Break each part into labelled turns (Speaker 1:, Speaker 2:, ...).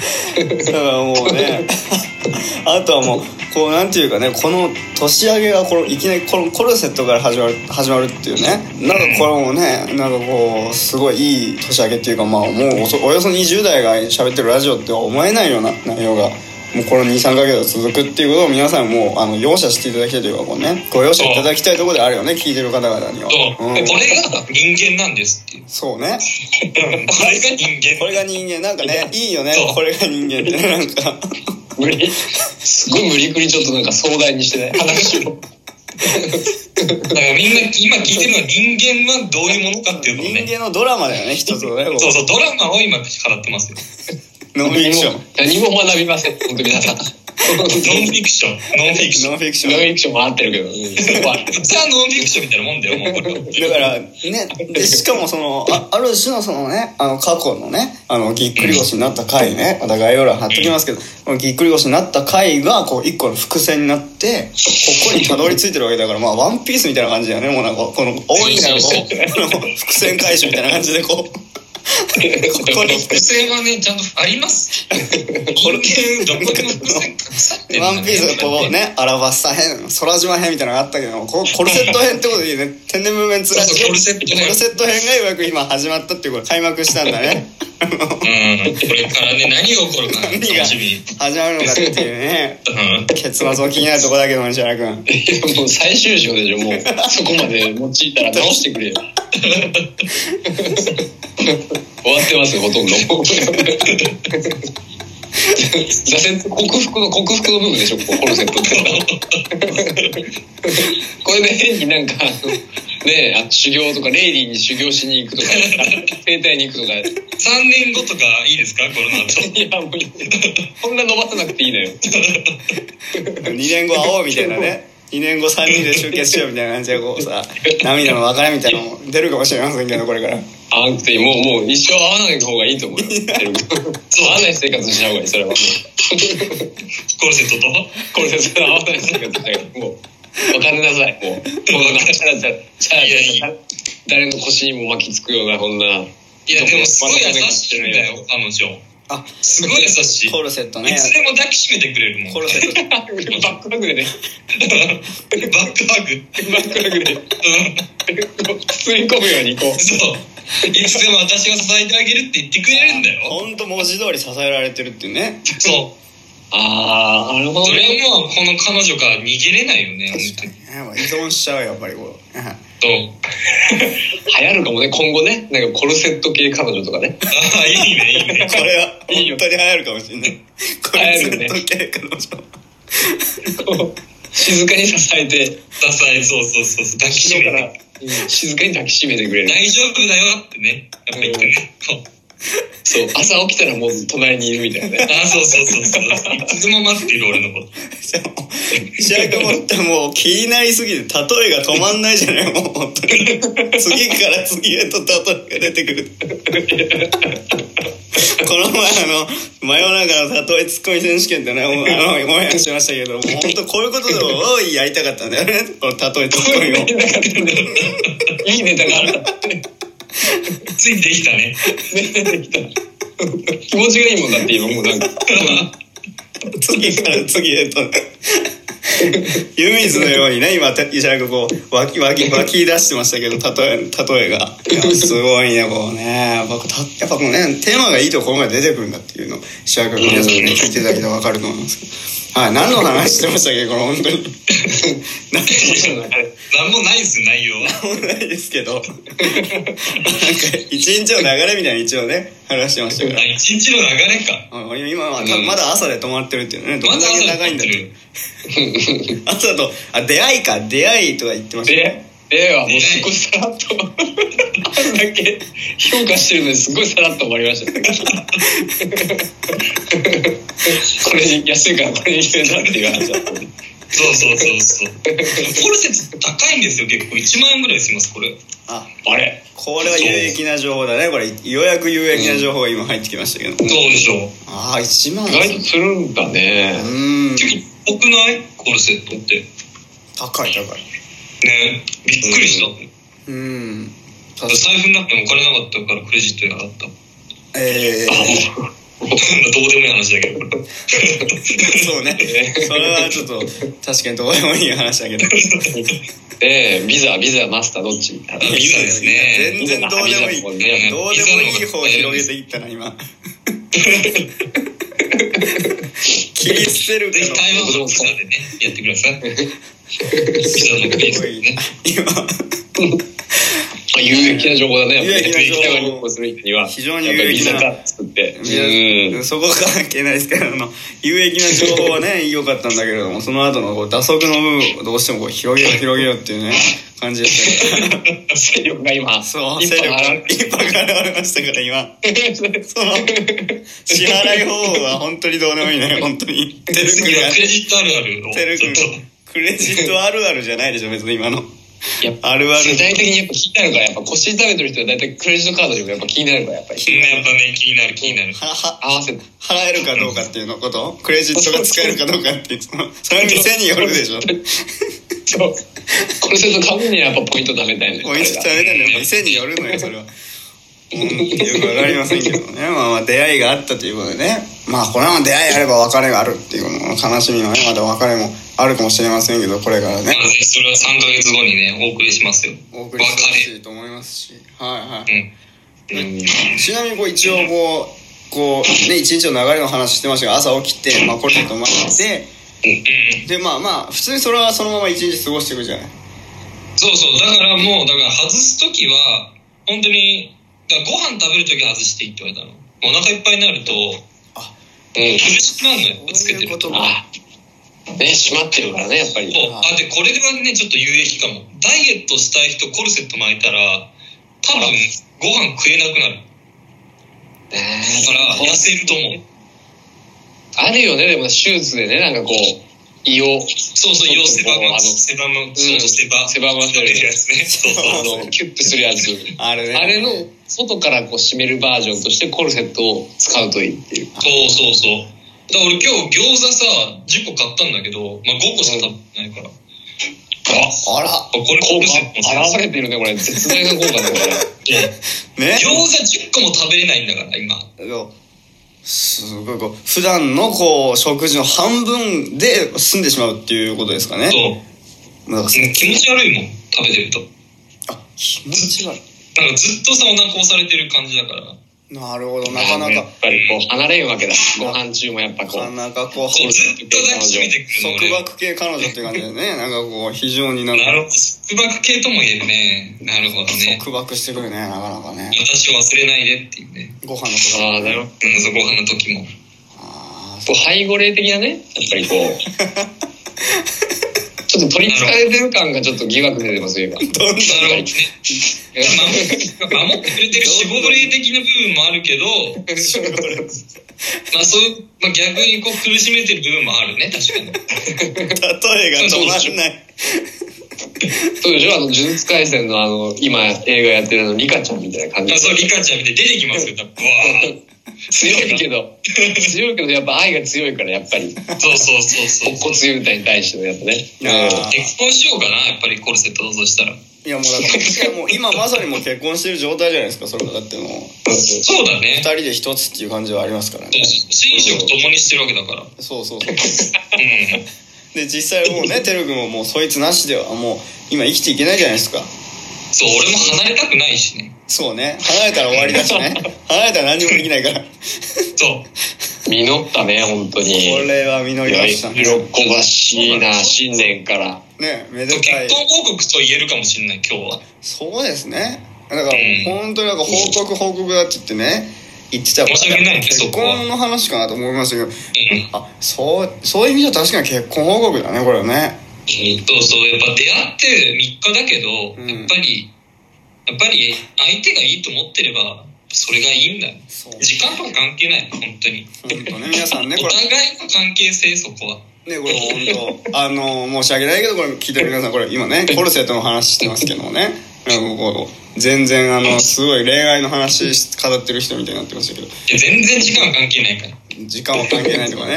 Speaker 1: だからもうねあとはもうこうなんていうかねこの年上げがこのいきなりこのコルセットから始まる始まるっていうねなんかこれもねなんかこうすごいいい年上げっていうかまあもうおそおよそ20代が喋ってるラジオって思えないような内容が。もうこの23か月続くっていうことを皆さんもうあの容赦していただきたいというかこうねご容赦いただきたいところであるよね聞いてる方々には
Speaker 2: そう、
Speaker 1: うん
Speaker 2: でこれが人間なんですっていう
Speaker 1: そうね
Speaker 2: うんこれが人間
Speaker 1: これが人間なんかねいいよね
Speaker 2: そう
Speaker 1: これが人間ってねなんか
Speaker 3: 無理すごい無理くりちょっとなんか壮大にしてね話を
Speaker 2: だからみんな今聞いてるのは人間はどういうものかっていうのをね
Speaker 1: 人間のドラマだよね一つのねこ
Speaker 2: そうそうドラマを今語ってますよ
Speaker 1: うノンフィクション
Speaker 3: 何も学びません本当皆さんノン
Speaker 2: ノンフィクションノンフィクション
Speaker 1: ノンフィクシ
Speaker 3: フ
Speaker 1: ョン
Speaker 3: ィクションも合ってるけど、うん合ってる
Speaker 2: ザ・ノンフィクションみたいなもんだよもうこれは
Speaker 1: だからねでしかもそのあある種のそのねあの過去のねあのぎっくり腰になった回ねまた概要欄貼っときますけどこのぎっくり腰になった回がこう一個の伏線になってここにたどり着いてるわけだからまあワンピースみたいな感じだよねもうなんかこの大いなこうあの伏線回収みたいな感じでこうここに
Speaker 2: 伏線はねちゃんとありますこれどこにも伏線隠されてる
Speaker 1: ワンピースがこうね、アラバスタ編、空島編みたいなのがあったけども、こうコルセット編ってことでいいね、天然ムーブメンツラジオ、
Speaker 2: そうそうコルセット編
Speaker 1: コルセット編がようやく今始まったっていうこと、開幕したんだね。
Speaker 2: うんこれからね何が起こるかな
Speaker 1: 何
Speaker 2: 楽
Speaker 1: が
Speaker 2: しみに
Speaker 1: 始まるのかっていうね、
Speaker 2: うん
Speaker 1: 結末も気になるとこだけども、石原君。
Speaker 3: いやもう最終章でしょもうそこまで用いたら直してくれよ終わってますよほとんど挫折克服の克服の部分でしょここコルセットってこれで変になんかあのねえあ修行とかレイリーに修行しに行くとか整体に行くとかい
Speaker 2: 3年後とかいいですかこれの後
Speaker 3: やもうこんな伸ばさなくていいのよ
Speaker 1: 2年後会おうみたいなね。2年後3人で集結しようみたいな感じでこうさ、涙の別れみたいなのも出るかもしれませんけど、これから。
Speaker 3: 合わなくていいもうもう一生会わない方がいいと思うよそう合わない生活した方がいいそれはもう
Speaker 2: コルセットと
Speaker 3: これそれ合わない生活した方がいいもう別れなさいもうもう別れなさいさあ
Speaker 2: いやいや
Speaker 3: 誰の腰にも巻きつくようなこんない
Speaker 2: いやでもすごい優しいんだよ彼女
Speaker 1: あ、
Speaker 2: すごい優しい
Speaker 1: コルセット
Speaker 2: い
Speaker 1: ね。
Speaker 2: つでも抱きしめてくれるもん
Speaker 1: コル セット。
Speaker 3: バックハグでね
Speaker 2: バックハグ
Speaker 3: バックハグでこう包み込むようにこう
Speaker 2: そういつでも私が支えてあげるって言ってくれるんだよ
Speaker 1: ほんと文字通り支えられてるっていうね。
Speaker 2: そ
Speaker 3: ああなるほ
Speaker 2: うそ
Speaker 3: どね
Speaker 2: れはもうこの彼女から逃げれないよね本当に
Speaker 1: ねまあ依存しちゃうよやっぱりこう。 うん
Speaker 2: そう
Speaker 3: 流行るかもね今後ねなんかコルセット系彼女とかね
Speaker 2: ああいいねいいね
Speaker 1: これは本当に流行るかもしれない。これずっと経過の状
Speaker 3: こう静かに支えて
Speaker 2: 支えそうそうそうそう抱きし
Speaker 3: 後
Speaker 2: め
Speaker 3: ろか
Speaker 2: て
Speaker 3: ら静かに抱きしめてくれる
Speaker 2: 大丈夫だよってねやっぱ言ってねそう
Speaker 3: そう朝起きたらもう隣にいるみたいなね
Speaker 2: ああそうそうそうそういつでも待ってる俺のこと
Speaker 1: 況。石原君もってもう気になりすぎて例えが止まんないじゃないもう本当に。次から次へと例えが出てくる。 この前あの真夜中の例えツッコミ選手権ってねもうあのオンエアしましたけどもう本当こういうことでも多いやりたかったんだよねこの例えツッコミを。
Speaker 3: いいネタがある
Speaker 2: ついてきたね
Speaker 3: 気持ちがいいもんだって今もうなんか
Speaker 1: 次から次へと湯水のようにね今て石原君こう湧き湧き湧き出してましたけど例え例えがいやすごいねこうねやっぱたやっぱこのねテーマがいいところまで出てくるんだっていうのを石原君の皆さんに聞いていただけたら分かると思いますけどはい何の話してましたっけこの本当に何
Speaker 2: 何もないですよ内容は
Speaker 1: もないですけどなんか一日の流れみたいな一応ね話してましたから
Speaker 2: あ一日の流れか
Speaker 1: あ今はたまだ朝で止まってるっていうねど
Speaker 2: ま
Speaker 1: んだ
Speaker 2: ず
Speaker 1: け
Speaker 2: 朝
Speaker 1: 長い
Speaker 2: に
Speaker 1: ん
Speaker 2: っ
Speaker 1: だ
Speaker 2: て
Speaker 1: って
Speaker 2: る
Speaker 1: あとだと、あ、出会いか、出会いとか言ってましたね。
Speaker 3: でではもうすごいさらっとあんだけ評価してるのにすごいさらっと終わりましたねこれに安いからこれにしてなっていう話だった
Speaker 2: そうそうそうそうコルセット高いんですよ結構1万円ぐらいしますこれ
Speaker 1: あ、
Speaker 3: あれ
Speaker 1: これは有益な情報だね。これ、ようやく有益な情報が今入ってきましたけど。
Speaker 2: どうでしょう
Speaker 1: ああ、1万
Speaker 3: 意外とするんだ
Speaker 1: う
Speaker 3: ね
Speaker 1: ーん。
Speaker 2: 多くないコルセットって
Speaker 1: 高い高い。
Speaker 2: ねびっくりした、
Speaker 1: うーん。確か
Speaker 2: 財布の中にお金なかったからクレジットやなかった
Speaker 1: え
Speaker 3: あ
Speaker 2: どうでもいい話だけど、これ。
Speaker 1: そうねそれはちょっと確かにどうでもいい話だけど
Speaker 3: で、ビザ、ビザ、マスター、どっち
Speaker 2: ビザですね
Speaker 1: 全然どうでもいいどう
Speaker 3: ビザ
Speaker 1: で
Speaker 3: の
Speaker 1: も
Speaker 3: 方
Speaker 1: いい方を広げていったな 今切り捨てるか
Speaker 2: ぜひ台湾のビザでね、やってください。ビザのベース
Speaker 1: の
Speaker 2: でね。
Speaker 1: 今
Speaker 3: あ有益な情報だね。やっぱ
Speaker 1: 有
Speaker 3: り
Speaker 1: 益な情報
Speaker 3: 台湾に旅行する人には、
Speaker 1: 非常に
Speaker 3: やっぱ
Speaker 1: 有
Speaker 3: りビ
Speaker 1: 益な
Speaker 3: ザが作って。
Speaker 1: いう やそこは関係ないですけどあの有益な情報はね良かったんだけれどもその後のこう打足の部分をどうしてもこう広げよう広げようっていうね感じでしたけど
Speaker 3: ん。勢力が今、
Speaker 1: そう
Speaker 3: 一
Speaker 1: 勢
Speaker 3: 歩
Speaker 1: 力
Speaker 3: 上がる
Speaker 1: 一歩が現れましたから今その支払い方法は本当にどうでもいいね本当に手作り
Speaker 2: 次
Speaker 1: や
Speaker 2: はクレジットあるあるを、
Speaker 1: てる
Speaker 2: ちょっと。
Speaker 1: クレジットあるあるじゃないでしょ別に今の
Speaker 3: やっぱ
Speaker 1: あ るある
Speaker 3: 世代的にやっぱ気になるから、やっぱ腰痛めてる人は大体クレジットカードとかやっぱ気になるから、やっぱり。
Speaker 2: ねやっぱね、気になる、気になる。
Speaker 1: はは
Speaker 3: 合わせて。
Speaker 1: 払えるかどうかっていうのことクレジットが使えるかどうかっていうそのその店によるでしょ
Speaker 3: そう。これすると買うにはやっぱポイント貯めたいね。
Speaker 1: お店食べたいの店によるのよそれは。うん、よくわかりませんけどね、まあ、まあ出会いがあったということでねまあこれは出会いあれば別れがあるっていうこの悲しみのねまた別れもあるかもしれませんけどこれからね
Speaker 2: まあぜひそれは3ヶ月後にね、お送りしますよ。
Speaker 1: お
Speaker 2: 別
Speaker 1: 送
Speaker 2: れ
Speaker 1: りしてほしいと思いますしはいはい
Speaker 2: うん。
Speaker 3: うん。
Speaker 1: ちなみにこう一応こうこうね一日の流れの話してましたが朝起きて、まあ、これだと思って
Speaker 2: うんうん
Speaker 1: でまあまあ普通にそれはそのまま一日過ごしていくじゃない
Speaker 2: そうそう、だからもう、だから外すときは、本当に、だからご飯食べるときは外していいって言われたの。お腹いっぱいになると、
Speaker 3: うん
Speaker 2: 苦しくなるのよ、やっぱつけ
Speaker 1: そ
Speaker 2: てる
Speaker 1: ういうこと
Speaker 2: と。
Speaker 1: か
Speaker 3: あね、閉まってるからね、やっぱり。
Speaker 2: そうあでこれがねちょっと有益かもダイエットしたい人コルセット巻いたら多分ご飯食えなくなる
Speaker 3: ね
Speaker 2: から痩せると思う
Speaker 3: あるよね、でも手術でね、なんかこう、胃を、
Speaker 2: そうそう要セバ
Speaker 3: あ
Speaker 2: マ
Speaker 3: の
Speaker 2: セバマそうそうセバ
Speaker 3: セバマ
Speaker 2: マ取れるやつねそうそう
Speaker 3: あの、キュッとするやつ。
Speaker 1: あれね
Speaker 3: あれの外からこう締めるバージョンとしてコルセットを使うといいっていう。
Speaker 2: そうそうそうだから俺今日餃子さ10個買ったんだけど、まあ、5個しか食べてないからあ
Speaker 1: あら
Speaker 2: これコルセット
Speaker 3: あ現れてるね、これ。絶大な効果だね、これ。
Speaker 1: ね
Speaker 2: 餃子10個も食べれないんだから今
Speaker 1: すごいこう普段のこう食事の半分で済んでしまうっていうことですかね
Speaker 2: そう
Speaker 1: だから
Speaker 2: うん気持ち悪いもん食べてると
Speaker 1: あ気持ち悪
Speaker 2: なんかずっとさお腹押されてる感じだから
Speaker 1: いなるほどなかな
Speaker 3: やっ
Speaker 1: か
Speaker 3: ぱりこう、離れんわけだ。ご飯中もやっぱこ
Speaker 1: なか
Speaker 3: う。
Speaker 1: なかこう
Speaker 2: そうずっと抱きしめてくるの
Speaker 1: 束
Speaker 2: 俺
Speaker 1: 縛系彼女って感じでねなんかこう非常になんか
Speaker 2: なるほど。束縛系とも言えるね。なるほどね。
Speaker 1: 束縛してくるねなかなかね
Speaker 2: 私を忘れないでっていうね。
Speaker 1: ご飯のこと
Speaker 3: ああ、なる
Speaker 2: う
Speaker 3: ほど。
Speaker 2: ん、そうご飯の時も。
Speaker 1: あー
Speaker 3: こう背後霊的なね、やっぱりこ う。ちょっと取り憑かれてる感がちょっと疑惑出てますよ、今。
Speaker 1: どんな
Speaker 2: なるほどね。守ってくれてる守護霊的な部分もあるけ ど、まあそういう、まあ、逆にこう苦しめてる部分もあるね、確かに。
Speaker 1: 例えが止まん ない
Speaker 3: そうでしょあの、呪術廻戦のあの、今映画やってるあの、リカちゃんみたいな感じ
Speaker 2: あ。そう、リカちゃん見て出てきますよ、多分。わ
Speaker 3: 強いけど、強いけど、やっぱ愛が強いから、やっぱり。
Speaker 2: あそうそうそうそう。
Speaker 3: 骨つゆみたいに対してのやつね。
Speaker 1: あー
Speaker 2: 結婚しようかな、やっぱりコルセットをそうしたら。
Speaker 1: いやもうだからしかも今まさにもう結婚してる状態じゃないですかそれはだってもう
Speaker 3: うん
Speaker 2: そうだ
Speaker 1: 二
Speaker 2: ね。
Speaker 1: 人で一つっていう感じはありますからね
Speaker 2: 寝食共にしてるわけだから。うん。
Speaker 1: そうそうそうで実際もう ねてるくんももうそいつなしではもう今生きていけないじゃないですか
Speaker 2: そう、俺も離れたくないしね。
Speaker 1: そうね離れたら終わりだし ね離れたら何もできないからこ
Speaker 2: そう。
Speaker 3: 実ったね、本当に。
Speaker 1: れは実りましたね
Speaker 3: 喜ばしいな、新年から。
Speaker 1: ねめで
Speaker 2: 結
Speaker 1: たい
Speaker 2: 婚報告と言えるかもしれない今日は
Speaker 1: そうですねだからもう本当になんか報告報告だって言ってね言ってたから
Speaker 2: 申し訳ないねそ
Speaker 1: 結
Speaker 2: こは
Speaker 1: 婚の話かなと思いましたけど
Speaker 2: うん
Speaker 1: あそうそういう意味じゃ確かに結婚報告だねこれはね
Speaker 2: そうそうやっぱ出会って3日だけど、
Speaker 1: うん
Speaker 2: やっぱりやっぱり相手がいいと思ってればそれがいいんだよ
Speaker 1: そう
Speaker 2: 時間とか関係ない本当に
Speaker 1: 本当ね皆さんねこ
Speaker 2: お
Speaker 1: れ
Speaker 2: 互いの関係性そこは
Speaker 1: ねこれ本当あの申し訳ないけどこれ聞いてる皆さんこれ今ねコルセットの話してますけどもねなんかこう全然あのすごい恋愛の話し語ってる人みたいになってましたけど
Speaker 2: いや全然時間は関係ないから。
Speaker 1: 時間は関係ないとかね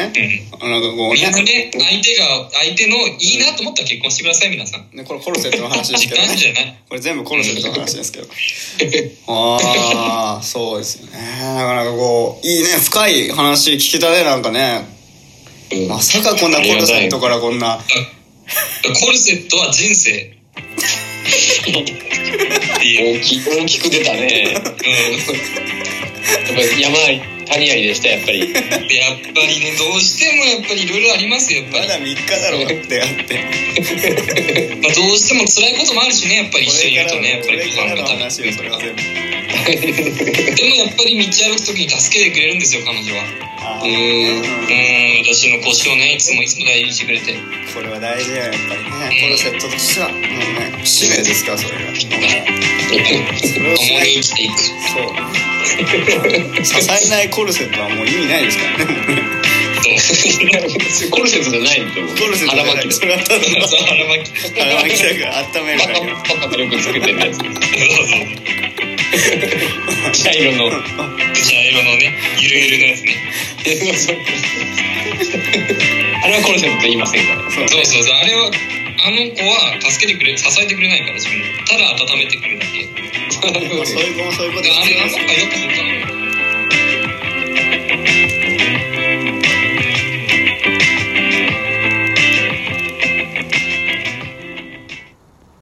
Speaker 1: なんかこう
Speaker 2: みんな
Speaker 1: ね
Speaker 2: ね、相手が、相手のいいなと思ったら結婚してください、皆さん。
Speaker 1: ねこれコルセットの話です
Speaker 2: 時
Speaker 1: けど
Speaker 2: 間じゃ
Speaker 1: ね
Speaker 2: ない。
Speaker 1: これ全部コルセットの話ですけどああそうですよねなかなかこういいね深い話聞けたねなんかね
Speaker 3: うん
Speaker 1: まさかこんなコルセットからこんな
Speaker 2: コルセットは人生。
Speaker 3: 大き大きく出たね。やっぱり山あり谷ありでしたやっぱり。
Speaker 2: でやっぱりね、どうしてもやっぱりいろいろありますよ、やっぱ
Speaker 1: ま
Speaker 2: り。
Speaker 1: だ3日だろうってあって
Speaker 2: まあ、どうしても辛いこともあるしね、やっぱり一緒にいるとね、やっ
Speaker 1: こ
Speaker 2: ぱり
Speaker 1: れ
Speaker 2: ご
Speaker 1: か
Speaker 2: 飯
Speaker 1: らの
Speaker 2: が食べ
Speaker 1: 話よそれは全部
Speaker 2: でもやっぱり道歩く時に助けてくれるんですよ、彼女は。
Speaker 1: あ
Speaker 2: う
Speaker 1: ー
Speaker 2: ーん、私の腰をね、いつもいつも大事にしてくれて。
Speaker 1: これは大事ややっぱりねコルセットとしてはもうね使命ですからそれがそれをし
Speaker 2: 共
Speaker 1: ない
Speaker 2: に生きていく。
Speaker 1: そう支えないコルセットはもう意味ないですからね
Speaker 3: コルセットじゃないんだよ。
Speaker 1: コルセット
Speaker 3: 腹巻 き
Speaker 1: それはただの
Speaker 2: そう腹巻き
Speaker 1: 腹巻きだから温めるだけ
Speaker 3: パパとよく作ってるやつ。 茶色
Speaker 2: 茶色の
Speaker 3: の。
Speaker 2: ね、ゆるゆるのやつね。
Speaker 3: あれはコルセットと言いませんから。
Speaker 1: そう
Speaker 2: そうそうそう、あれは、あの子は助けてくれ、支えてくれないから、自分をただ温めてくれるだけ。
Speaker 1: そういう子もそういう子
Speaker 2: で
Speaker 1: で
Speaker 2: あれは
Speaker 1: す
Speaker 2: なんかよく本当なのよ。